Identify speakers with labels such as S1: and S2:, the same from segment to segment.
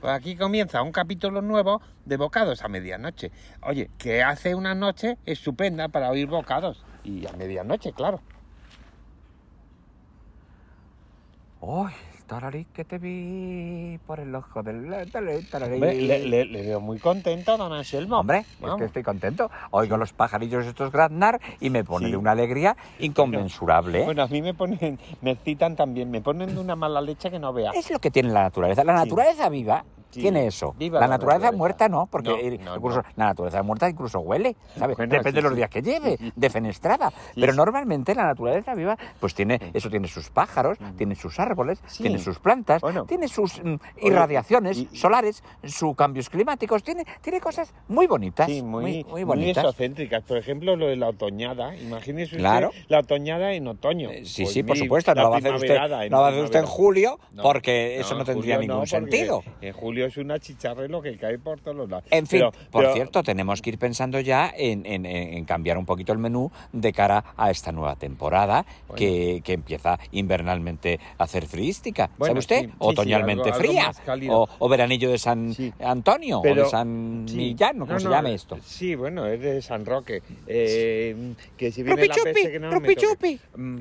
S1: Pues aquí comienza un capítulo nuevo de bocados a medianoche. Oye, que hace una noche estupenda para oír bocados. Y a medianoche, claro.
S2: ¡Ay! El tararí que te vi por el ojo del tele- tararí.
S1: Hombre, le, le- le veo muy contento, don Anselmo.
S2: Hombre, es
S1: Vamos.
S2: que estoy contento. Oigo los pajarillos estos graznar y me pone
S1: Sí.
S2: de una alegría inconmensurable. ¿eh?
S1: Bueno, a mí me ponen, me excitan también, me ponen de una mala leche que no veas.
S2: Es lo que tiene la naturaleza. La
S1: Sí.
S2: naturaleza viva
S1: Sí.
S2: tiene eso.
S1: Viva
S2: la,
S1: la
S2: naturaleza,
S1: naturaleza.
S2: muerta no, porque
S1: No,
S2: eh,
S1: no,
S2: incluso
S1: no.
S2: la naturaleza muerta incluso huele, ¿sabes?
S1: Bueno,
S2: Depende
S1: sí,
S2: de los
S1: sí.
S2: días que lleve, defenestrada. Pero
S1: sí.
S2: normalmente la naturaleza viva, pues tiene, eso tiene sus pájaros, tiene sus árboles,
S1: Mm. Sí.
S2: tiene sus plantas,
S1: Bueno.
S2: tiene sus mm, irradiaciones
S1: y- y-
S2: solares, sus cambios climáticos, tiene, tiene cosas muy bonitas.
S1: Sí, muy,
S2: muy,
S1: muy
S2: bonitas.
S1: exocéntricas. Por ejemplo, lo de la otoñada. Imagínese usted
S2: Claro.
S1: la otoñada en otoño.
S2: Eh, Sí,
S1: Pues
S2: sí, por
S1: mi-
S2: supuesto, no
S1: la
S2: lo va a hacer usted,
S1: primaverada,
S2: no lo va a hacer usted en
S1: primavera.
S2: julio,
S1: No,
S2: porque eso
S1: en
S2: no tendría
S1: julio no,
S2: ningún
S1: porque
S2: sentido.
S1: En julio es una chicharrelo que cae por todos lados.
S2: En fin,
S1: Pero-
S2: por
S1: pero-
S2: cierto, tenemos que ir pensando ya en, en- en- en cambiar un poquito el menú de cara a esta nueva temporada
S1: Bueno.
S2: que, que empieza invernalmente a hacer friística,
S1: Bueno,
S2: ¿sabe usted?
S1: sí, sí, sí,
S2: Otoñalmente
S1: algo- algo
S2: fría,
S1: más cálido.
S2: o, o veranillo de San
S1: Sí.
S2: Antonio, o
S1: Pero-
S2: de San
S1: sí.
S2: Millán, o como
S1: No,
S2: se
S1: no,
S2: llame esto.
S1: Sí, bueno, es de San Roque. Eh, Que si viene
S2: Rupi
S1: la
S2: chupi,
S1: peste que no
S2: rupi
S1: me toque.
S2: chupi.
S1: Mm.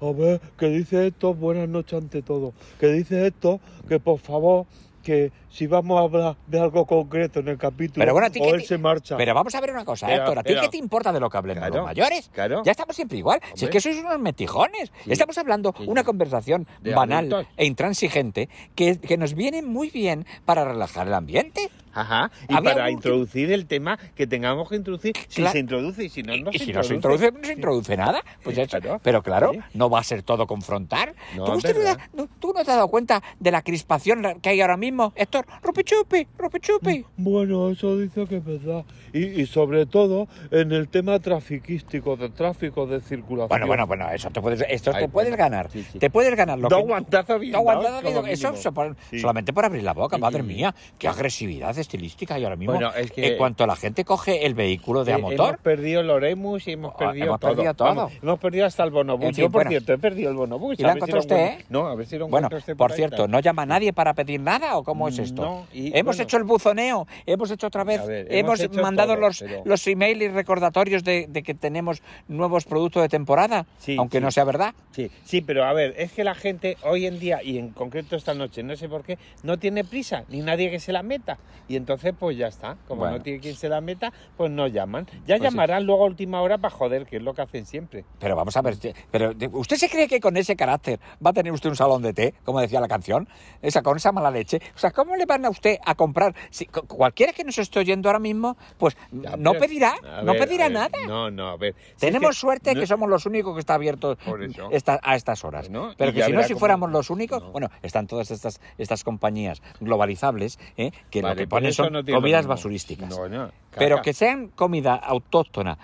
S1: A ver, que dice esto, buenas noches ante todo. Que dice esto, que por favor, que si vamos a hablar de algo concreto en el capítulo,
S2: Pero bueno, a ti
S1: o
S2: que
S1: él
S2: ti-
S1: se marcha.
S2: Pero vamos a ver una cosa,
S1: Pero-
S2: Héctor, ¿a ti
S1: pero-
S2: qué te importa de lo que hablemos
S1: Claro,
S2: los mayores?
S1: claro.
S2: Ya estamos siempre igual, si es
S1: Hombre.
S2: que sois unos metijones.
S1: Sí.
S2: Estamos hablando
S1: Sí,
S2: una
S1: sí.
S2: conversación
S1: De
S2: banal
S1: adultos.
S2: e intransigente que, que nos viene muy bien para relajar el ambiente.
S1: Ajá, y
S2: Había
S1: para
S2: algún-
S1: introducir el tema que tengamos que introducir, si
S2: Claro.
S1: se introduce y si no, no
S2: y
S1: se
S2: si no
S1: introduce.
S2: se introduce, no se introduce nada. Pues ya está.
S1: Claro.
S2: Pero claro,
S1: Sí.
S2: no va a ser todo confrontar.
S1: No,
S2: ¿Tú,
S1: es
S2: usted no da-
S1: verdad.
S2: no- tú no te has dado cuenta de la crispación la- que hay ahora mismo, Héctor? Rupichupi,
S1: Mm.
S2: rupichupi.
S1: Bueno, eso dice que es verdad. Y, y sobre todo en el tema trafiquístico, de tráfico, de circulación.
S2: Bueno, bueno, bueno, eso te puedes, esto
S1: Ay,
S2: te puedes
S1: bueno,
S2: ganar.
S1: sí, sí.
S2: Te puedes ganar lo
S1: Dos
S2: que.
S1: guantazos bien
S2: Dos guantazos
S1: dados,
S2: bien
S1: como
S2: dados. Eso
S1: mínimo.
S2: se pone-
S1: Sí.
S2: solamente por abrir la boca,
S1: Sí,
S2: madre
S1: sí, sí.
S2: mía. Qué agresividad estilística hay ahora mismo.
S1: Bueno, es que-
S2: En cuanto la gente coge el vehículo de a
S1: Eh,
S2: motor.
S1: Hemos perdido el Oremus y hemos
S2: Ah,
S1: perdido
S2: hemos
S1: todo.
S2: perdido todo.
S1: Vamos, hemos perdido hasta el bonobús.
S2: En fin,
S1: Yo, por
S2: bueno.
S1: cierto, he perdido el bonobús.
S2: ¿Y lo
S1: A ver si
S2: encontró usted,
S1: encuentro-
S2: eh?
S1: No, a ver si lo
S2: Bueno,
S1: encuentro usted
S2: por
S1: ahí,
S2: cierto,
S1: tal.
S2: ¿no llama nadie para pedir nada o cómo es esto?
S1: No, y,
S2: hemos
S1: bueno.
S2: hecho el buzoneo, hemos hecho otra vez,
S1: A ver, hemos
S2: hemos,
S1: hecho
S2: mandado
S1: todo,
S2: los,
S1: pero-
S2: los emails y recordatorios de, de que tenemos nuevos productos de temporada,
S1: Sí,
S2: aunque
S1: sí.
S2: no sea verdad.
S1: Sí, sí, pero a ver, es que la gente hoy en día, y en concreto esta noche, no sé por qué, no tiene prisa, ni nadie que se la meta. Y entonces, pues ya está. Como
S2: Bueno.
S1: no tiene quien se la meta, pues no llaman. Ya
S2: Pues sí.
S1: llamarán luego a última hora para joder, que es lo que hacen siempre.
S2: Pero vamos a ver, pero ¿usted se cree que con ese carácter va a tener usted un salón de té, como decía la canción? Esa con esa mala leche. O sea, ¿cómo le van a usted a comprar? Si, cu- cualquiera que nos esté oyendo ahora mismo, pues
S1: Ya,
S2: no
S1: pero-
S2: pedirá,
S1: a
S2: no
S1: ver,
S2: pedirá
S1: a ver,
S2: nada.
S1: No, no, a ver. Si es
S2: Tenemos
S1: que
S2: suerte
S1: no-
S2: que somos los únicos que está abierto
S1: Por eso.
S2: esta- a estas horas.
S1: Bueno,
S2: Pero
S1: y
S2: que
S1: ya
S2: si no,
S1: verá
S2: si
S1: cómo-
S2: fuéramos los únicos,
S1: No.
S2: bueno, están todas estas, estas compañías globalizables ¿eh? que
S1: Vale,
S2: lo que
S1: pero
S2: ponen
S1: eso
S2: son
S1: no tiene lo
S2: comidas
S1: mismo.
S2: basurísticas.
S1: No, no,
S2: Pero
S1: caca.
S2: que sean comida autóctona,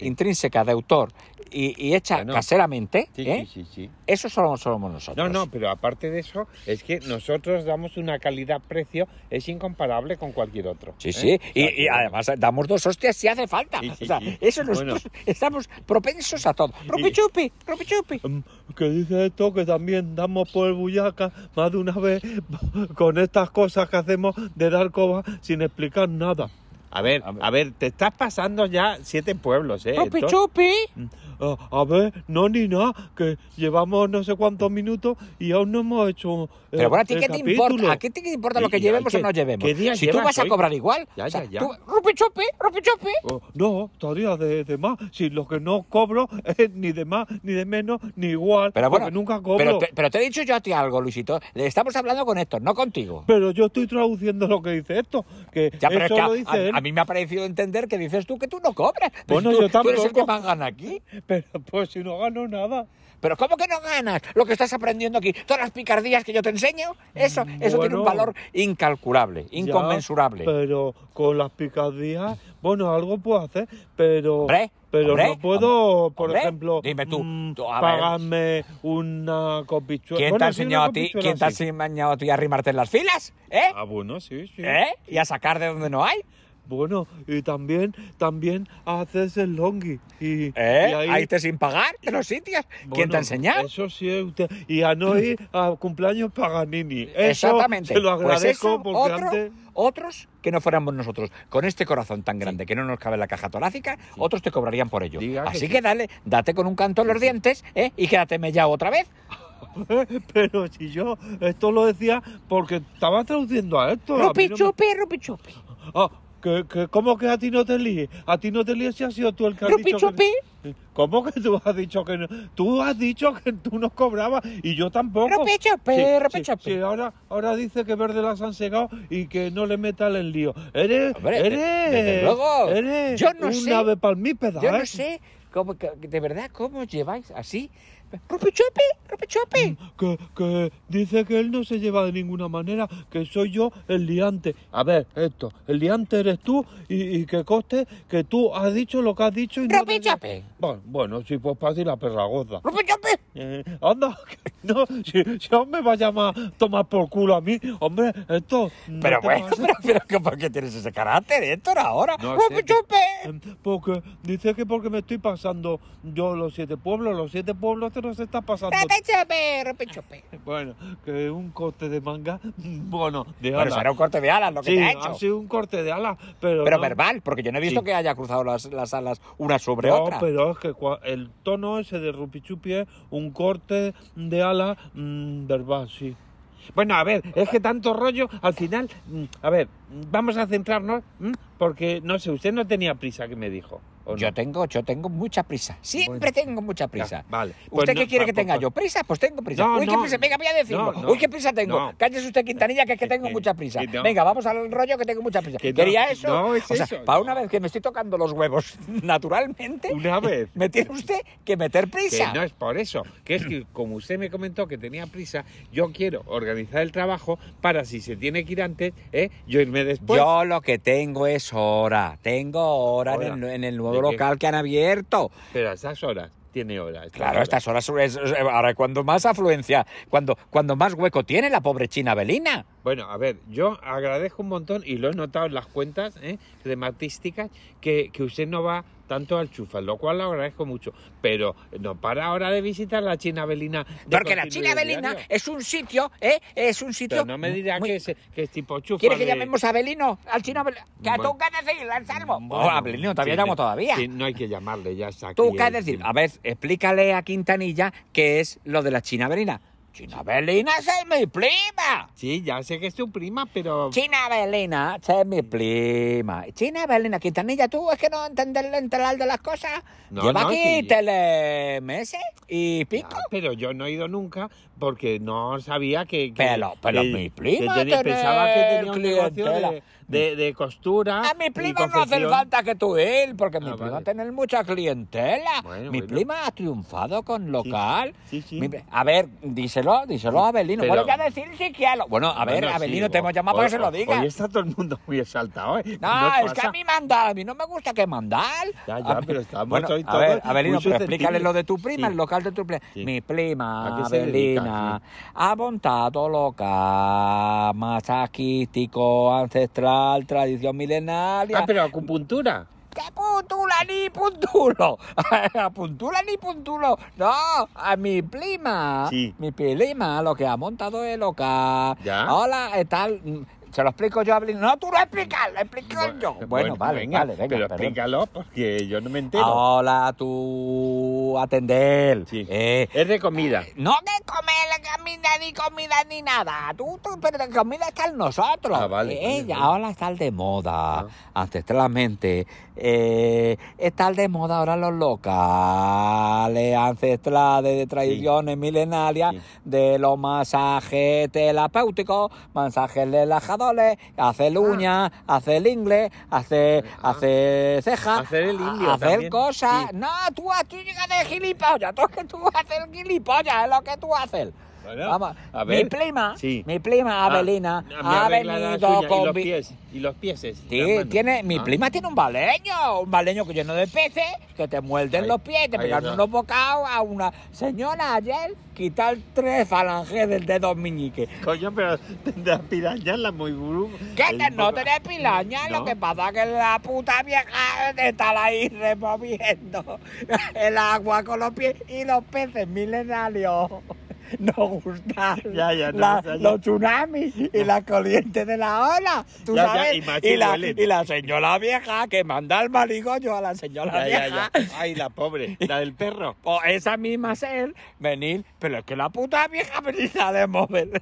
S2: intrínseca, de autor y, y hecha
S1: Bueno.
S2: caseramente,
S1: Sí,
S2: ¿eh?
S1: sí, sí, sí.
S2: eso solo somos nosotros.
S1: No, no, pero aparte de eso, es que nosotros damos una calidad-precio, es incomparable con cualquier otro.
S2: Sí,
S1: ¿eh?
S2: sí,
S1: O sea,
S2: y,
S1: que-
S2: y además damos dos hostias si hace falta.
S1: Sí, sí,
S2: o sea,
S1: sí.
S2: eso nos-
S1: Bueno.
S2: estamos propensos a todo. Rupichupi, rupichupi.
S3: Mm, que dice esto que también damos por el bullaca más de una vez con estas cosas que hacemos de dar coba sin explicar nada.
S1: A ver,
S2: A ver.
S1: a ver, te estás pasando ya siete pueblos, ¿eh? Héctor?
S2: Rupichupi.
S3: Mm, A, a ver, no ni nada, que llevamos no sé cuántos minutos y aún no hemos hecho eh,
S2: Pero bueno, ¿a ti
S3: el
S2: qué te
S3: capítulo.
S2: importa? ¿A qué te importa lo
S1: Y-
S2: que
S1: y
S2: llevemos
S1: hay
S2: o
S1: que-
S2: no llevemos?
S1: ¿qué día
S2: si tú
S1: llevas
S2: vas a
S1: hoy?
S2: cobrar igual.
S1: Ya,
S2: o sea,
S1: ya, ya.
S2: tú, rupichupi, rupichupi.
S3: Oh, no, todavía de, de más. Si lo que no cobro es ni de más, ni de menos, ni igual.
S2: Pero bueno,
S3: porque nunca cobro.
S2: Pero,
S3: Pero,
S2: te, pero te he dicho yo a ti algo, Luisito. Le estamos hablando con Héctor, no contigo.
S3: yo estoy traduciendo lo que dice esto. Que
S2: Ya, pero
S3: eso
S2: es que a,
S3: lo dice
S2: a-
S3: él.
S2: a mí me ha parecido entender que dices tú que tú no cobras. Pero
S3: Bueno,
S2: si tú,
S3: yo
S2: tú eres el
S3: tampoco.
S2: que más gana aquí.
S3: Pero pues si no gano nada.
S2: Pero ¿cómo que no ganas lo que estás aprendiendo aquí? Todas las picardías que yo te enseño, eso, eso tiene un
S3: Bueno.
S2: valor incalculable,
S3: Ya,
S2: inconmensurable.
S3: pero con las picardías, bueno, algo puedo hacer, pero.
S2: Hombre,
S3: pero
S2: hombre,
S3: no puedo,
S2: hombre,
S3: por
S2: hombre,
S3: ejemplo,
S2: dime tú,
S3: mm,
S2: tú, a ver.
S3: pagarme una copichuela.
S2: ¿Quién te
S3: Bueno,
S2: ha
S3: sí, una
S2: enseñado a ti?
S3: copichuela,
S2: ¿Quién te ha
S3: sí.
S2: enseñado a ti a arrimarte en las filas? ¿Eh?
S3: Ah, bueno, Ah, sí, sí.
S2: ¿Eh? ¿Y a sacar de donde no hay?
S3: Bueno, y también, también haces el longi. Y,
S2: ¿Eh?
S3: y
S2: ahí... te sin pagar de los sitios. ¿Quién
S3: Bueno,
S2: te ha enseñado?
S3: Eso sí, es usted. Y a no ir a cumpleaños Paganini. Eso
S2: Eh, Exactamente.
S3: Se lo
S2: Pues
S3: agradezco
S2: eso,
S3: porque
S2: otro-
S3: antes.
S2: Otros que no fuéramos nosotros, con este corazón tan grande que no nos cabe la caja torácica, otros te cobrarían por ello.
S1: Diga que
S2: Así
S1: sí.
S2: que, dale, date con un canto en los dientes ¿eh? y quédate mellado otra vez.
S3: Pero si yo esto lo decía porque estaba traduciendo a esto. a mí
S2: Rupi
S3: no me-
S2: chupi, rupi chupi.
S3: Ah, que, que- ¿Cómo que a ti no te líes? A ti no te líes si has sido tú el que has
S2: Rupi
S3: dicho que-
S2: chupi.
S3: ¿Cómo que tú has dicho que no? Tú has dicho que tú no cobrabas y yo tampoco.
S2: Rupi chupi, rupi
S3: sí,
S2: chupi.
S3: sí, ahora, ahora dice que verde las han segado y que no le meta el lío. Eres,
S2: Hombre, de-
S3: eres,
S2: desde luego.
S3: eres
S2: Yo no
S3: un
S2: sé.
S3: ave palmípeda,
S2: Yo
S3: ¿eh?
S2: no sé, cómo, que- de verdad, cómo lleváis así. Rupi chupi, rupi chupi.
S3: Mm, Que, que dice que él no se lleva de ninguna manera, que soy yo el liante. A ver, esto, el liante eres tú y, y que coste que tú has dicho lo que has dicho y no
S2: Rupi
S3: te-
S2: chupi.
S3: Bueno, bueno, sí, pues fácil la perragoza.
S2: Rupi chupi.
S3: Eh, anda, que no, si, si aún me va a llamar tomar por culo a mí, hombre, esto. no
S2: Pero
S3: te
S2: bueno,
S3: pases.
S2: pero, pero ¿qué- ¿por qué tienes ese carácter, Héctor, ahora?
S1: No
S2: ¡Rupi
S1: sé.
S2: chupi!
S3: Em, Porque dice que porque me estoy pasando yo los siete pueblos, los siete pueblos te los está pasando.
S2: Rupi chupi, rupi chupi.
S3: Bueno, que un corte de manga, bueno, de
S2: Bueno,
S3: ala.
S2: será un corte de alas lo que
S3: Sí,
S2: te ha
S3: ha
S2: hecho.
S3: sido un corte de alas, pero.
S2: Pero
S3: no-
S2: verbal, porque yo no he visto
S3: Sí.
S2: que haya cruzado las, las alas una sobre
S3: No, pues,
S2: otra.
S3: pero es que cua- el tono ese de Rupichupi es un corte de ala mm, verbal, sí. Bueno, a ver, es que tanto rollo, al final, mm, a ver, mm, vamos a centrarnos, mm, porque no sé, usted no tenía prisa que me dijo. ¿o no?
S2: Yo tengo, yo tengo mucha prisa. Siempre
S3: Bueno.
S2: tengo mucha prisa.
S3: Ya, vale.
S2: ¿Usted
S3: Pues
S2: qué
S3: no,
S2: quiere que
S3: tampoco-
S2: tenga yo? ¿Prisa? Pues tengo prisa.
S3: No,
S2: Uy, qué
S3: no.
S2: prisa. Venga, voy a decirlo.
S3: No, no.
S2: Uy, qué prisa tengo.
S3: No.
S2: Cállese usted, Quintanilla, que es que tengo mucha prisa.
S3: Que no.
S2: Venga, vamos al rollo que tengo mucha prisa.
S3: Que no,
S2: ¿Quería eso?
S3: no, es
S2: O sea,
S3: eso.
S2: para una vez que me estoy tocando los huevos naturalmente,
S3: Una vez.
S2: me tiene usted que meter
S1: Que
S2: ¿Eh? prisa.
S1: no es por eso, que es que como usted me comentó que tenía prisa, yo quiero organizar el trabajo para si se tiene que ir antes, ¿eh? yo irme después.
S2: Yo lo que tengo es hora. Tengo hora, en
S1: Hora.
S2: el- En, el nuevo
S1: ¿De qué?
S2: local que han abierto.
S1: Pero a estas horas, tiene horas.
S2: Claro, a estas horas es- es- ahora cuando más afluencia, cuando, cuando más hueco tiene la pobre China Belina.
S1: Bueno, a ver, yo agradezco un montón y lo he notado en las cuentas ¿eh? rematísticas que, que usted no va tanto al chufa, lo cual lo agradezco mucho. Pero no para ahora de visitar la China Belina. de
S2: Porque la
S1: continuo
S2: China
S1: y
S2: Belina
S1: diario.
S2: es un sitio, ¿eh? Es un sitio.
S1: Pero no me dirá
S2: muy-
S1: que, es, que es tipo chufa.
S2: ¿Quieres que
S1: de-
S2: llamemos a Belino? Al chino Belino. Que a
S1: Bueno.
S2: tú qué decir, al salvo.
S1: Bueno,
S2: a Belino, todavía
S1: sí,
S2: llamo
S1: no-
S2: todavía.
S1: sí, no hay que llamarle, ya está.
S2: ¿Tú
S1: aquí
S2: qué
S1: el-
S2: decir? A ver, explícale a Quintanilla qué es lo de la China Belina. China Belina es mi prima.
S1: Sí, ya sé que es tu prima, pero.
S2: China Belina es mi prima. China Belina, Quintanilla, tú es que no entenderle enterar de las cosas.
S1: No,
S2: Lleva
S1: no,
S2: aquí
S1: sí.
S2: tele meses y pico.
S1: Ah, pero yo no he ido nunca porque no sabía que. que
S2: Pero- pero
S1: que-
S2: mi prima
S1: que tenía-
S2: tener
S1: pensaba que tenía un negocio
S2: clientela.
S1: de, de- de costura.
S2: A mi
S1: y
S2: prima no hace
S1: confección.
S2: falta que tú él, porque mi
S1: Ah,
S2: prima
S1: vale.
S2: tiene mucha clientela.
S1: Bueno,
S2: mi
S1: bueno.
S2: prima ha triunfado con local.
S3: Sí, sí.
S2: Mi pri- a ver, díselo, díselo a Abelino.
S1: Pero-
S2: Bueno, ya decir si quiero. Bueno, a ver,
S1: Bueno, sí,
S2: Abelino, te
S1: o-
S2: hemos llamado
S1: o-
S2: para que se lo
S1: o-
S2: diga.
S1: Hoy está todo el mundo muy exaltado, ¿eh?
S2: No,
S1: ¿No
S2: es que
S1: pasa?
S2: a mí mandar, a mí no me gusta que mandar.
S1: Ya, ya,
S2: A mí-
S1: pero estamos
S2: bueno,
S1: hoy
S2: A
S1: todos
S2: ver, Abelino,
S1: muy
S2: pero explícale
S1: susceptibles.
S2: lo de tu prima,
S1: Sí.
S2: el local de tu prima.
S1: Sí.
S2: Mi prima,
S1: ¿A qué se dedica?
S2: Abelina, ha montado local, masaquístico, ancestral, tradición milenaria.
S1: Ah, pero acupuntura.
S2: ¡Que puntula ni puntulo! A puntula ni puntulo! ¡No! A mi prima.
S1: Sí.
S2: Mi prima, lo que ha montado es loca.
S1: Ya.
S2: Hola, eh, tal. mm, Se lo explico yo a Blin. No, tú lo explicas, lo explico yo. Bueno, vale,
S1: pues venga,
S2: vale, venga.
S1: Pero
S2: perdón.
S1: explícalo porque yo no me entero.
S2: Hola, tú atender.
S1: Sí.
S2: Eh,
S1: Es de comida.
S2: no que comer comida ni comida ni nada. Tú, tú, pero de comida está en nosotros.
S1: Ah, vale,
S2: Eh,
S1: vale,
S2: Ella
S1: vale.
S2: ahora está el de moda,
S1: Ah.
S2: ancestralmente. Eh, está el de moda ahora los locales ancestrales de tradiciones milenarias,
S1: Sí.
S2: de los masajes terapéuticos, masajes relajadores, hacer uñas, hacer inglés, hacer,
S1: Ah.
S2: hacer cejas,
S1: Hacer el indio
S2: hacer
S1: también,
S2: cosas.
S1: sí.
S2: No, Ah, tú, tú llegas de gilipollas, tú que tú haces el gilipollas, es lo que tú haces.
S1: Bueno,
S2: Vamos,
S1: a
S2: mi
S1: ver.
S2: prima,
S1: Sí.
S2: mi prima Abelina
S1: Ah, me
S2: ha
S1: arregla las
S2: venido
S1: uñas,
S2: con...
S1: Y los
S2: vi-
S1: pies. Y los pieses.
S2: Sí,
S1: las manos.
S2: tiene, mi
S1: Ah.
S2: prima tiene un baleño, un baleño que lleno de peces, que te muerden
S1: Ahí-
S2: los pies, te
S1: ahí
S2: pegan
S1: está.
S2: unos bocados a una señora ayer, quitar tres falanges del dedo meñique.
S1: Coño, pero tendrás pirañala muy bru.
S2: ¿Qué
S1: el
S2: te, no
S1: boca-
S2: tenés pilaña? Lo
S1: No.
S2: que pasa que la puta vieja está ahí removiendo el agua con los pies y los peces milenarios. Nos gustan
S1: Ya, ya, no,
S2: la-
S1: o sea, ya.
S2: los tsunamis y las corrientes de la ola. ¿Tú
S1: Ya, ya, y
S2: sabes?
S1: más
S2: y,
S1: si
S2: la,
S1: duelen.
S2: y la señora vieja que manda el marigollo a la señora
S1: Ya, ya,
S2: vieja.
S1: ya. Ay, la pobre. La del perro.
S2: O esa misma ser, venir, pero es que la puta vieja venir a mover.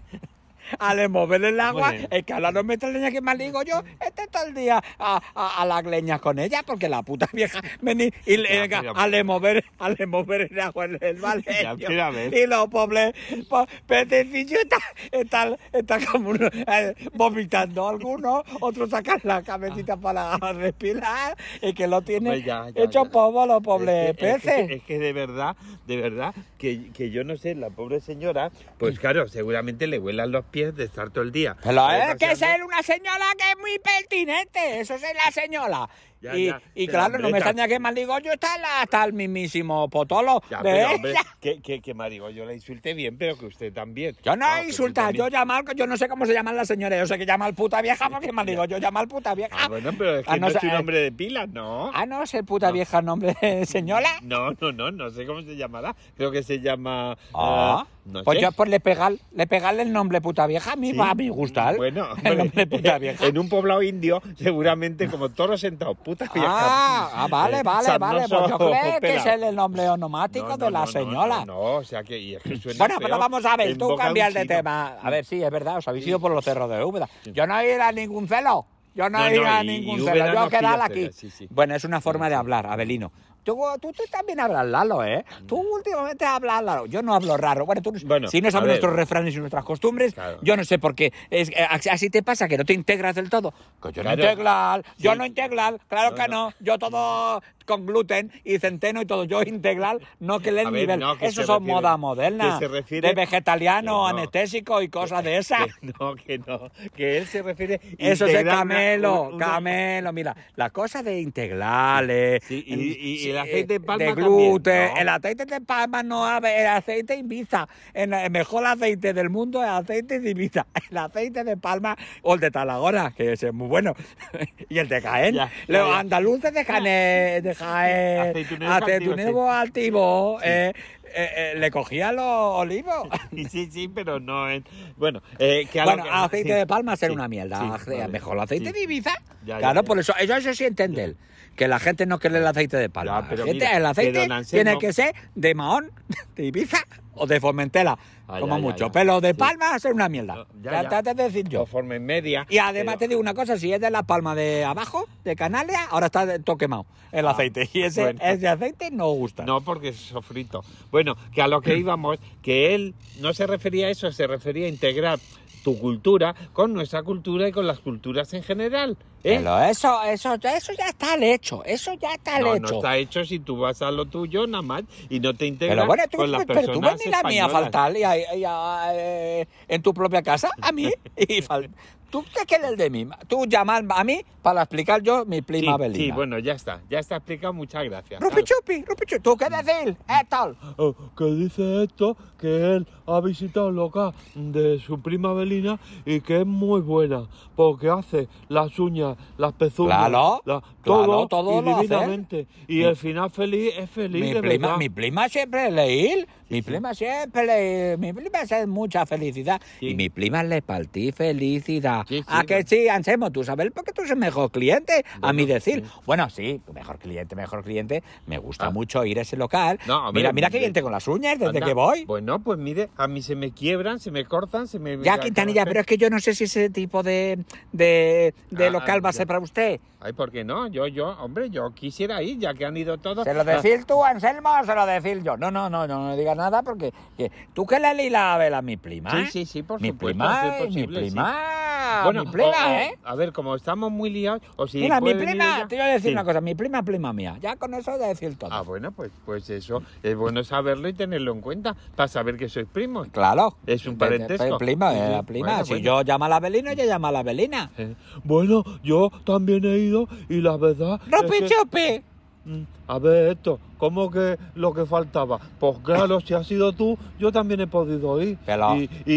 S2: Al mover el agua,
S1: Muy bien.
S2: es que ahora no me leña que más digo yo, este todo el día a, a- a las leñas con ella, porque la puta vieja venir y le,
S1: Ya,
S2: venga,
S1: pero-
S2: a le mover, a le mover el agua en el
S1: Ya, pero a ver.
S2: valerio. Y los pobres po- pececillos están, están, están como uno, eh, vomitando algunos, otros sacan la cabecita para respirar, y que lo tienen
S1: Ah. Hombre, ya, ya,
S2: hecho
S1: ya.
S2: polvo los pobres
S1: Es que- es
S2: peces.
S1: que- Es que, de verdad, de verdad, que, que yo no sé, la pobre señora, pues claro, seguramente le huelan los pies de estar todo el día.
S2: Pero
S1: Ahí
S2: es eh, que
S1: paseando.
S2: ser una señora que es muy pertinente, eso es ser la señora.
S1: Ya,
S2: y
S1: ya,
S2: y
S1: pero
S2: claro, no me
S1: hombre,
S2: extraña que maldigo yo está la- hasta el mismísimo Potolo.
S1: Ya,
S2: de
S1: pero, hombre,
S2: ella.
S1: que, que, que marigo, yo la insulté bien, pero que usted también.
S2: Yo no
S1: Ah, que
S2: insulta,
S1: usted
S2: yo
S1: también.
S2: llamo, al- yo no sé cómo se llaman las señoras, yo sé que llama al puta vieja porque maldigo yo llama al puta vieja.
S1: Ah, bueno, pero es que
S2: Ah,
S1: no,
S2: no,
S1: es un
S2: eh,
S1: hombre de pilas, ¿no?
S2: Ah, no, es el puta vieja el nombre de señora.
S1: No, no, no, no sé cómo se llamará. Creo que se llama.
S2: Ah,
S1: eh, no
S2: pues
S1: sé.
S2: yo por le pegar, le pegarle el nombre puta vieja a mí
S1: Sí.
S2: va a mi gustar.
S1: Bueno,
S2: el nombre
S1: hombre,
S2: puta vieja.
S1: En un poblado indio, seguramente como toros sentados, puta vieja.
S2: Ah, ah, vale,
S1: Eh,
S2: vale, vale.
S1: sarnoso
S2: Pues yo creo que
S1: pela.
S2: es el nombre onomático
S1: No,
S2: de
S1: no,
S2: la
S1: no, no,
S2: señora.
S1: No, no, o sea que, y es que suena
S2: Bueno,
S1: feo
S2: pero vamos a ver,
S1: en
S2: tú
S1: boca
S2: cambias
S1: un
S2: de
S1: chino.
S2: tema. A ver, sí, es verdad, os habéis
S1: Sí.
S2: ido por los cerros de Úbeda. Yo no he ido a ningún celo. Yo no,
S1: No,
S2: he ido
S1: no,
S2: a
S1: y-
S2: ningún
S1: y
S2: celo.
S1: Úbeda
S2: Yo
S1: no pilla
S2: quedar aquí.
S1: celos, sí, sí.
S2: Bueno, es una forma de hablar, Abelino. Tú, tú, tú también hablas Lalo, ¿eh? Tú últimamente hablas Lalo. Yo no hablo raro. Bueno, tú
S1: Mm. Bueno,
S2: si no sabes
S1: a ver.
S2: nuestros refranes y nuestras costumbres,
S1: Claro.
S2: yo no sé por qué. Es, eh, así te pasa que no te integras del todo. Que yo
S1: Claro.
S2: no integral, yo
S1: Sí.
S2: no integral, claro
S1: No,
S2: que no.
S1: no.
S2: Yo todo con gluten y centeno y todo. Yo integral, no que le
S1: A
S2: el
S1: ver,
S2: nivel.
S1: no, que
S2: Eso
S1: se
S2: son
S1: refiere-
S2: moda moderna.
S1: que se refiere-
S2: De vegetariano,
S1: No.
S2: anestésico y cosas de esas.
S1: Que no, que no. Que él se refiere.
S2: Eso es el
S1: integrar una-
S2: camelo,
S1: un- una-
S2: camelo. Mira, la cosa de integrales.
S1: Sí, y- y- y el
S2: eh,
S1: aceite de palma
S2: De
S1: también,
S2: gluten.
S1: ¿no?
S2: El aceite de palma no abre. El aceite de Ibiza. En- El mejor aceite del mundo es el aceite de Ibiza. El aceite de palma o el de Talagona, que ese es muy bueno. y el de Jaén.
S1: Ya, ya,
S2: Los
S1: ya.
S2: andaluces de Jaén. De Jaén.
S1: Aceituneros
S2: Aceituneros activos. eh, eh, eh, le cogían los olivos.
S1: Sí, sí, sí, pero no en. Bueno, eh, que a lo
S2: Bueno,
S1: que-
S2: aceite
S1: sí,
S2: de palma ser
S1: sí,
S2: una mierda.
S1: sí,
S2: Ace-
S1: vale.
S2: Mejor aceite
S1: Sí.
S2: de Ibiza.
S1: Ya, ya,
S2: claro,
S1: ya.
S2: por eso, eso, eso sí entiende él. Que la gente no quiere el aceite de palma.
S1: Ya, pero
S2: La gente-
S1: mira,
S2: el
S1: que
S2: aceite
S1: don Anselmo-
S2: tiene que ser de Mahón, de Ibiza o de Formentela.
S1: Ah,
S2: como
S1: ya, ya,
S2: mucho.
S1: ya.
S2: Pero de
S1: Sí.
S2: palma ser una mierda.
S1: No, ya,
S2: Ya,
S1: ya.
S2: te has de decir yo.
S1: O forma en media.
S2: Y además te
S1: pero-
S2: digo una cosa, si es de la palma de abajo, de Canaleas, ahora está de- todo quemado el aceite. Y ese,
S1: Ah, bueno.
S2: ese aceite no gusta.
S1: No, porque es sofrito. Bueno, que a lo que íbamos, que él no se refería a eso, se refería a integrar tu cultura con nuestra cultura y con las culturas en general. ¿eh?
S2: Pero eso, eso, eso ya está al hecho. Eso ya está al
S1: no,
S2: hecho.
S1: no está hecho si tú vas a lo tuyo nada más y no te integras
S2: Pero bueno, tú,
S1: con las
S2: pero tú
S1: personas
S2: venís a mí a
S1: españolas.
S2: faltar y a- y a- eh, en tu propia casa, a mí. y fal- tú te quieres el de mí. Tú llamas a mí para explicar yo mi
S1: Sí,
S2: prima Belina.
S1: sí, bueno, ya está. Ya está explicado. Muchas gracias.
S2: Rupi chupi, rupi chupi. ¿Tú qué decir? ¿Es tal?
S3: Oh, que dice esto que él ha visitado el local de su prima Belina y que es muy buena porque hace las uñas, las pezuñas,
S2: Claro,
S3: la-
S2: claro,
S3: todo,
S2: todo
S3: y
S2: lo hace.
S3: divinamente. Y el final feliz es feliz
S2: Mi
S3: de
S2: prima,
S3: verdad.
S2: mi prima siempre leí, mi prima siempre leí, mi prima es mucha felicidad
S1: Sí.
S2: y mi prima le partí felicidad.
S1: Sí, sí,
S2: ¿A que
S1: bueno.
S2: sí, Anselmo? ¿Tú sabes por qué tú eres el mejor cliente? a mi
S1: Bueno,
S2: decir,
S1: sí.
S2: bueno, sí, mejor cliente, mejor cliente, me gusta
S1: Ah.
S2: mucho ir a ese local.
S1: No, a ver,
S2: mira, mira qué
S1: de-
S2: bien tengo las uñas desde
S1: Anda.
S2: que voy.
S1: Bueno, pues mire, a mí se me quiebran, se me cortan, se me...
S2: Ya, Quintanilla, pero es que yo no sé si ese tipo de, de, de
S1: Ah,
S2: local va a
S1: ya.
S2: ser para usted.
S1: Ay, ¿por qué no? Yo, yo, hombre, yo quisiera ir, ya que han ido todos.
S2: ¿Se lo
S1: Ah,
S2: decís tú, Anselmo, o se lo decís yo? No, no, no, no, no digas nada porque que- tú que le leí la vela a mi prima.
S1: Sí, sí, sí, por
S2: mi
S1: supuesto,
S2: Prima,
S1: sí,
S2: eh, mi
S1: posible, sí.
S2: prima plema, mi plema,
S1: Ah, o- o-
S2: ¿eh?
S1: A ver, como estamos muy liados, o si
S2: Mira, mi
S1: puede venir
S2: prima,
S1: ella-
S2: te voy a decir
S1: Sí.
S2: una cosa, mi prima, prima mía. Ya con eso ya decir todo.
S1: Ah, bueno, pues, pues eso es bueno saberlo y tenerlo en cuenta para saber que sois primos.
S2: Claro.
S1: Es un
S2: De- de-
S1: parentesco.
S2: Prima,
S1: Sí,
S2: eh,
S1: sí.
S2: la prima.
S1: Bueno,
S2: si
S1: bueno.
S2: yo llamo a la Belina, ella llama a la Belina.
S1: Eh,
S3: Bueno, yo también he ido y la verdad. es
S2: ¡Rupi
S3: que-
S2: chupi!
S3: Mm, A ver, esto, ¿cómo que lo que faltaba? Pues claro, si has sido tú, yo también he podido ir.
S2: Pero-
S3: Y, y-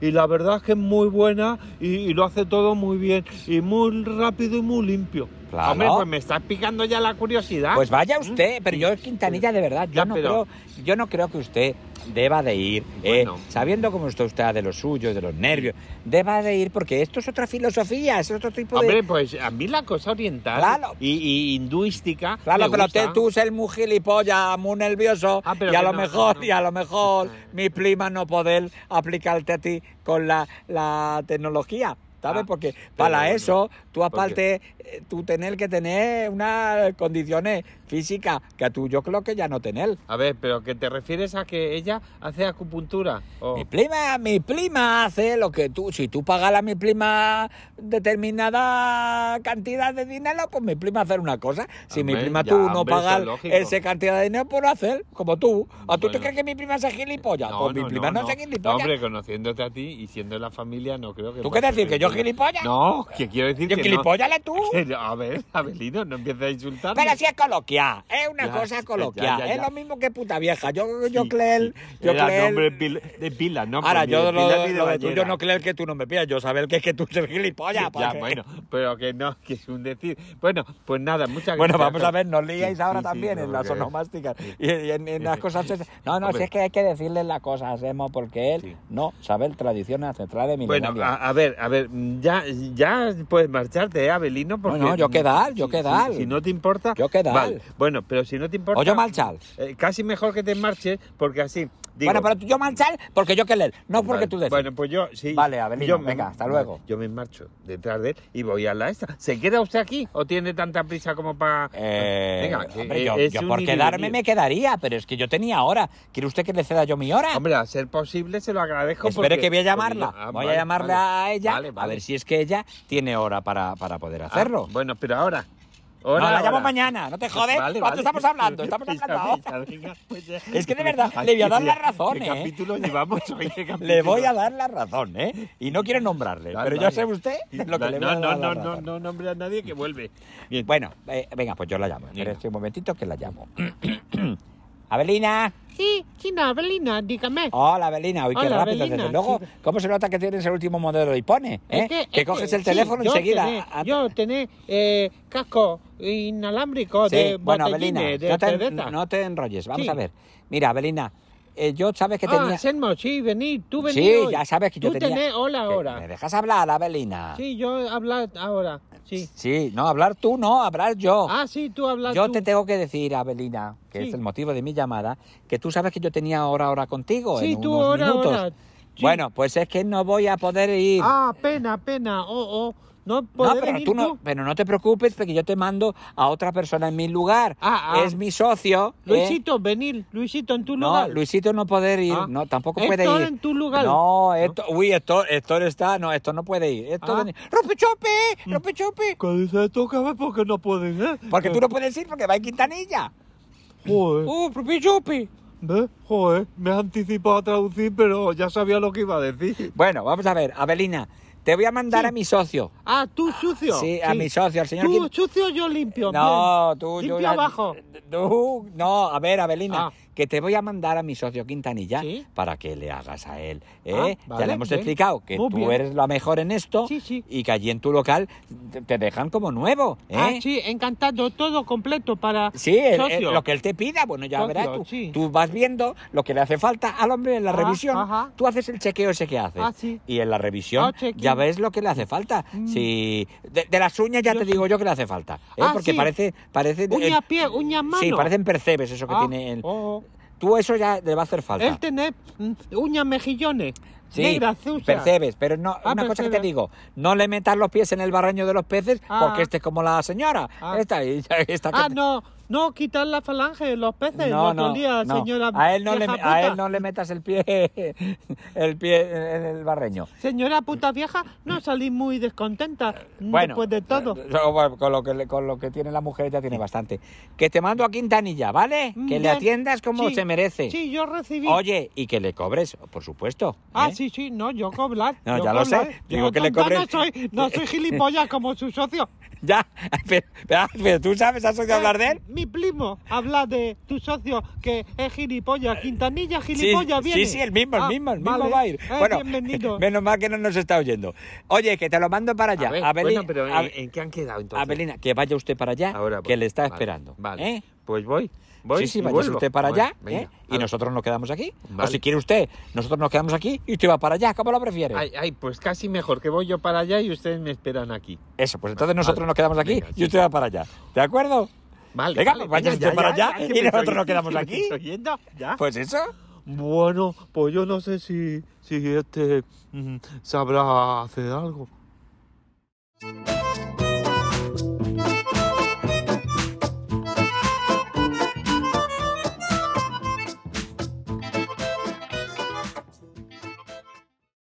S3: y- y la verdad es que es muy buena y, y lo hace todo muy bien. Y muy rápido y muy limpio.
S2: Claro.
S1: Hombre, pues me estás picando ya la curiosidad.
S2: Pues vaya usted, pero yo Quintanilla de verdad, yo
S1: Ah. Mm. Ya,
S2: no
S1: pero-
S2: creo, yo no creo que usted deba de ir, eh,
S1: Bueno.
S2: sabiendo cómo está usted de los suyos, de los nervios, deba de ir porque esto es otra filosofía, es otro tipo de
S1: Hombre, pues a mí la cosa oriental
S2: Claro.
S1: y, y hinduística.
S2: Claro,
S1: me
S2: pero
S1: gusta.
S2: te- tú eres muy gilipollas, muy nervioso,
S1: Ah, pero
S2: y a
S1: que
S2: lo
S1: no,
S2: mejor,
S1: no, no.
S2: y a lo mejor,
S1: No.
S2: mi prima no poder aplicarte a ti con la, la tecnología, ¿sabes?
S1: Ah,
S2: Porque
S1: pero
S2: para
S1: bueno,
S2: eso, tú
S1: porque-
S2: aparte, eh, tú tener que tener unas condiciones físicas que tú yo creo que ya no tener.
S1: A ver, pero que te refieres a que ella hace acupuntura. o-
S2: Mi prima, mi prima hace lo que tú, si tú pagas a mi prima determinada cantidad de dinero, pues mi prima hace una cosa. Si mi
S1: Hombre,
S2: prima
S1: ya,
S2: tú no
S1: hombre, eso es
S2: pagas
S1: lógico.
S2: esa cantidad de dinero, pues no hacer, como tú. ¿A tú te
S1: Bueno.
S2: crees que mi prima sea gilipollas? pues mi prima no, es gilipollas.
S1: Hombre, conociéndote a ti y siendo de la familia, no creo que.
S2: ¿Tú
S1: puedas
S2: quieres decir
S1: ser
S2: que yo
S1: gilipollas.
S2: gilipollas?
S1: No, que quiero decir
S2: Yo
S1: que. no.
S2: gilipollale tú.
S1: Que no. A ver, Abelino, no empieces a insultarme.
S2: Pero si es coloquial, es una
S1: Ya,
S2: cosa
S1: ya,
S2: coloquial,
S1: ya, ya.
S2: es lo mismo que puta vieja. Yo, yo
S1: Sí,
S2: creo,
S1: sí.
S2: yo
S1: Era
S2: creo.
S1: nombre pil- de pila, no
S2: Ahora,
S1: pues, ni
S2: yo
S1: de pila
S2: lo,
S1: ni de
S2: lo de tú, yo
S1: ballena.
S2: no creo pues, eh. que tú no me pidas, yo saber que es que tú eres gilipollas.
S1: Ya,
S2: porque-
S1: bueno, pero que no, que es un decir. Bueno, pues nada, muchas gracias.
S2: Bueno, vamos a ver, nos liáis
S1: Sí,
S2: ahora
S1: sí,
S2: también
S1: sí,
S2: en
S1: no,
S2: las
S1: porque-
S2: onomásticas
S1: sí.
S2: y, y en, en las
S1: Sí.
S2: cosas. esas. No, no,
S1: Hombre.
S2: si es que hay que decirle las cosas, Emo, porque él
S1: Sí.
S2: no sabe el tradición ancestral de
S1: Bueno,
S2: milenaria.
S1: a, a ver, a ver, mm, ya, ya puedes marcharte, ¿eh, Abelino? Porque,
S2: no, yo
S1: mm,
S2: qué tal, yo
S1: si-
S2: qué
S1: si-
S2: tal.
S1: Si, no te importa...
S2: Yo qué tal.
S1: vale. Bueno, pero si no te importa...
S2: o yo manchal.
S1: eh, casi mejor que te marches, porque así... Digo,
S2: Bueno, pero tú- yo manchal porque yo que leer, no
S1: Vale.
S2: porque tú decís.
S1: Bueno, pues yo sí.
S2: Vale, Abelino, venga, hasta luego.
S1: Yo me marcho detrás de él y voy a la esta. ¿Se queda usted aquí o tiene tanta prisa como para...?
S2: Eh,
S1: venga, que,
S2: hombre,
S1: eh,
S2: yo,
S1: es
S2: yo
S1: un
S2: por
S1: ir y
S2: quedarme
S1: venir.
S2: me quedaría, pero es que yo tenía hora. ¿Quiere usted que le ceda yo mi hora?
S1: Hombre, a ser posible se lo agradezco
S2: Espere
S1: porque-
S2: que voy a
S1: porque
S2: llamarla.
S1: yo- ah,
S2: voy
S1: vale,
S2: a llamarla
S1: vale.
S2: a ella
S1: Vale,
S2: a
S1: vale.
S2: ver si es que ella tiene hora para, para poder
S1: Ah,
S2: hacerlo.
S1: bueno, pero ahora.
S2: no,
S1: ahora
S2: la llamo
S1: ahora.
S2: mañana, no te jodes.
S1: Vale,
S2: ¿Cuánto
S1: vale.
S2: estamos hablando? Estamos
S1: Venga,
S2: hablando ahora.
S1: venga, venga, pues ya.
S2: Es que de verdad, le voy a dar la
S1: ¿Qué
S2: razón, ¿eh?
S1: capítulo llevamos hoy? ¿Qué
S2: Le
S1: capítulo?
S2: voy a dar la razón, ¿eh? Y no quiero nombrarle,
S1: Dale,
S2: pero ya
S1: dale.
S2: sé usted lo que le voy
S1: no,
S2: a dar
S1: no,
S2: la
S1: no, no,
S2: razón.
S1: no nombre a nadie que vuelve. Bien.
S2: Bueno, eh, venga, pues yo la llamo. Espera
S1: Venga.
S2: este un momentito que la llamo. Abelina.
S4: Sí, sí, no, Belina, dígame.
S2: Hola, Abelina. Uy, qué
S4: Hola,
S2: rápido,
S4: Abelina,
S2: desde luego.
S4: sí.
S2: ¿Cómo se nota que tienes el último modelo y pone?
S4: Es
S2: ¿eh?
S4: que- es
S2: Que coges
S4: que-
S2: el teléfono
S4: sí, yo
S2: enseguida. Ah,
S4: tené-
S2: A-
S4: Yo tené eh, casco inalámbrico
S2: Sí,
S4: de
S2: bueno,
S4: botellines,
S2: Abelina,
S4: de
S2: no te,
S4: cerveza.
S2: no te enrolles. Vamos
S4: Sí.
S2: a ver. Mira, Abelina, eh, yo sabes que
S4: ah,
S2: tenía...
S4: Selmo, sí, vení, tú vení
S2: Sí,
S4: hoy.
S2: ya sabes que yo
S4: Tú
S2: tenía-
S4: tené hola
S2: Que- ¿Me
S4: ahora.
S2: dejas hablar, Abelina?
S4: Sí, yo hablar ahora, sí.
S2: Sí, no, hablar tú no, hablar yo.
S4: Ah, sí, tú hablas
S2: Oh. Yo
S4: tú.
S2: te tengo que decir, Abelina, que
S4: Sí.
S2: es el motivo de mi llamada, que tú sabes que yo tenía ahora, ahora contigo.
S4: Sí,
S2: en
S4: tú
S2: unos
S4: ahora,
S2: minutos.
S4: ahora. Sí.
S2: Bueno, pues es que no voy a poder ir.
S4: Ah, pena, pena, oh, oh. No
S2: no,
S4: podés
S2: pero
S4: venir
S2: tú no, eh. pero no te preocupes, porque yo te mando a otra persona en mi lugar.
S4: Ah, ah.
S2: Es mi socio. ¿eh?
S4: Luisito, venir, Luisito, en tu
S2: No,
S4: lugar.
S2: Luisito no poder ir,
S4: Ah.
S2: no, tampoco
S4: Héctor
S2: puede ir.
S4: en tu lugar.
S2: No, esto, uy, esto, esto está, no, esto no puede ir. Esto
S4: Ah. Mm.
S2: no- ¡Rupi Chupi! ¡Rupi Chupi!
S3: Que dice esto que a ver por qué no pueden, ¿eh?
S2: Porque tú no puedes ir porque va en Quintanilla.
S3: Joder,
S2: ¡Uh, Rupi Chupi!
S3: ¿ves? Joder, me he anticipado a traducir, pero ya sabía lo que iba a decir.
S2: Bueno, vamos a ver, Abelina, te voy a mandar a mi socio.
S4: Ah, tú sucio.
S2: Sí, a mi socio, al señor
S4: Tú
S2: Quin-
S4: sucio, yo limpio.
S2: No,
S4: bien.
S2: tú,
S4: Limpio
S2: yo ya-
S4: abajo.
S2: Tú, no, a ver, Abelina,
S4: Ah.
S2: que te voy a mandar a mi socio Quintanilla
S4: Sí.
S2: para que le hagas a él. ¿eh?
S4: Ah,
S2: ya
S4: vale,
S2: le hemos
S4: bien.
S2: explicado que
S4: Muy
S2: tú
S4: bien.
S2: eres la mejor en esto
S4: Sí, sí.
S2: y que allí en tu local te- te dejan como nuevo. ¿eh?
S4: Ah, sí, encantado, todo completo para
S2: Sí, el- el-
S4: socio.
S2: lo que él te pida, bueno, ya
S4: Socio,
S2: verás tú.
S4: sí.
S2: Tú vas viendo lo que le hace falta al hombre en la
S4: Ah,
S2: revisión.
S4: ajá.
S2: Tú haces el chequeo ese que haces.
S4: Ah, sí.
S2: Y en la revisión
S4: Ah, chequeo.
S2: ya ves lo que le hace falta. Si de, de las uñas ya
S4: Yo
S2: te
S4: sí.
S2: digo yo que le hace falta. ¿eh?
S4: Ah,
S2: Porque
S4: sí.
S2: parece, parece.
S4: Uña
S2: eh,
S4: pie, uña mano.
S2: Sí, parecen percebes eso que
S4: Ah,
S2: tiene él.
S4: oh,
S2: Tú eso ya le va a hacer
S4: oh.
S2: falta.
S4: Él tiene mm, uñas mejillones.
S2: Sí,
S4: negras, sucias.
S2: percebes, pero no,
S4: Ah,
S2: una cosa que te
S4: percebes.
S2: digo, no le metas los pies en el barraño de los peces
S4: Ah.
S2: porque este es como la señora,
S4: Ah.
S2: esta, y- esta que-
S4: Ah, no,
S3: No, quitar la falange, los peces,
S2: No,
S3: el otro
S2: no,
S3: día,
S2: no.
S3: señora.
S2: A él, no le,
S3: vieja
S2: me-
S3: puta.
S2: a él no le metas el pie, el pie en el barreño.
S3: Señora puta vieja, no salís muy descontenta mm,
S2: Bueno, eh,
S3: después de todo.
S2: yo, bueno, con, lo que, le- con lo que tiene la mujer ya tiene bastante. Que te mando a Quintanilla, ¿vale?
S3: Mm,
S2: Que le
S3: bien.
S2: atiendas como
S3: Sí,
S2: se merece.
S3: Sí, yo recibí.
S2: Oye, y que le cobres, por supuesto.
S3: Ah,
S2: ¿eh?
S3: sí, sí, no, yo cobrar.
S2: No,
S3: yo
S2: ya lo sé.
S3: cobrar.
S2: Digo
S3: Yo
S2: que le
S3: tonta
S2: cobre-
S3: No soy, no soy gilipollas como su socio.
S2: Ya, pero, pero- pero tú sabes, ¿has
S3: Eh,
S2: oído hablar de él?
S3: Mi primo habla de tu socio que es gilipollas. Quintanilla,
S2: Sí,
S3: gilipollas, viene.
S2: sí, sí, el mismo, el
S3: Ah,
S2: mismo, el mismo
S3: vale.
S2: va a ir.
S3: Eh,
S2: bueno,
S3: bienvenido.
S2: menos mal que no nos está oyendo. Oye, que te lo mando para allá.
S1: A ver,
S2: Abelina,
S1: bueno, pero eh, ¿en-
S2: Ah, Ab-
S1: ¿en, qué han quedado entonces?
S2: Abelina, que vaya usted para allá,
S1: Ahora voy.
S2: que le está
S1: Vale,
S2: esperando.
S1: Vale.
S2: ¿eh?
S1: Pues voy. voy
S2: sí, sí,
S1: y
S2: vaya
S1: vuelvo.
S2: usted para
S1: Bueno,
S2: allá
S1: venga,
S2: ¿eh?
S1: a
S2: y
S1: ver.
S2: nosotros nos quedamos aquí. O
S1: Vale.
S2: si quiere usted, nosotros nos quedamos aquí y usted va para allá. ¿Cómo lo prefiere?
S1: Ay, ay, pues casi mejor que voy yo para allá y ustedes me esperan aquí.
S2: Eso, pues entonces nosotros
S1: Vale.
S2: nos quedamos aquí
S1: Venga,
S2: y
S1: sí.
S2: usted va para allá. ¿De acuerdo?
S1: Vale.
S2: Venga,
S1: vale,
S2: pues vaya usted
S1: ya,
S2: para
S1: ya,
S2: allá
S1: ya,
S2: y
S1: que me
S2: nosotros
S1: estoy-
S2: nos quedamos
S1: que me
S2: aquí.
S1: estoy yendo, ya.
S2: Pues eso.
S5: Bueno, pues yo no sé si, si este mm, sabrá hacer algo.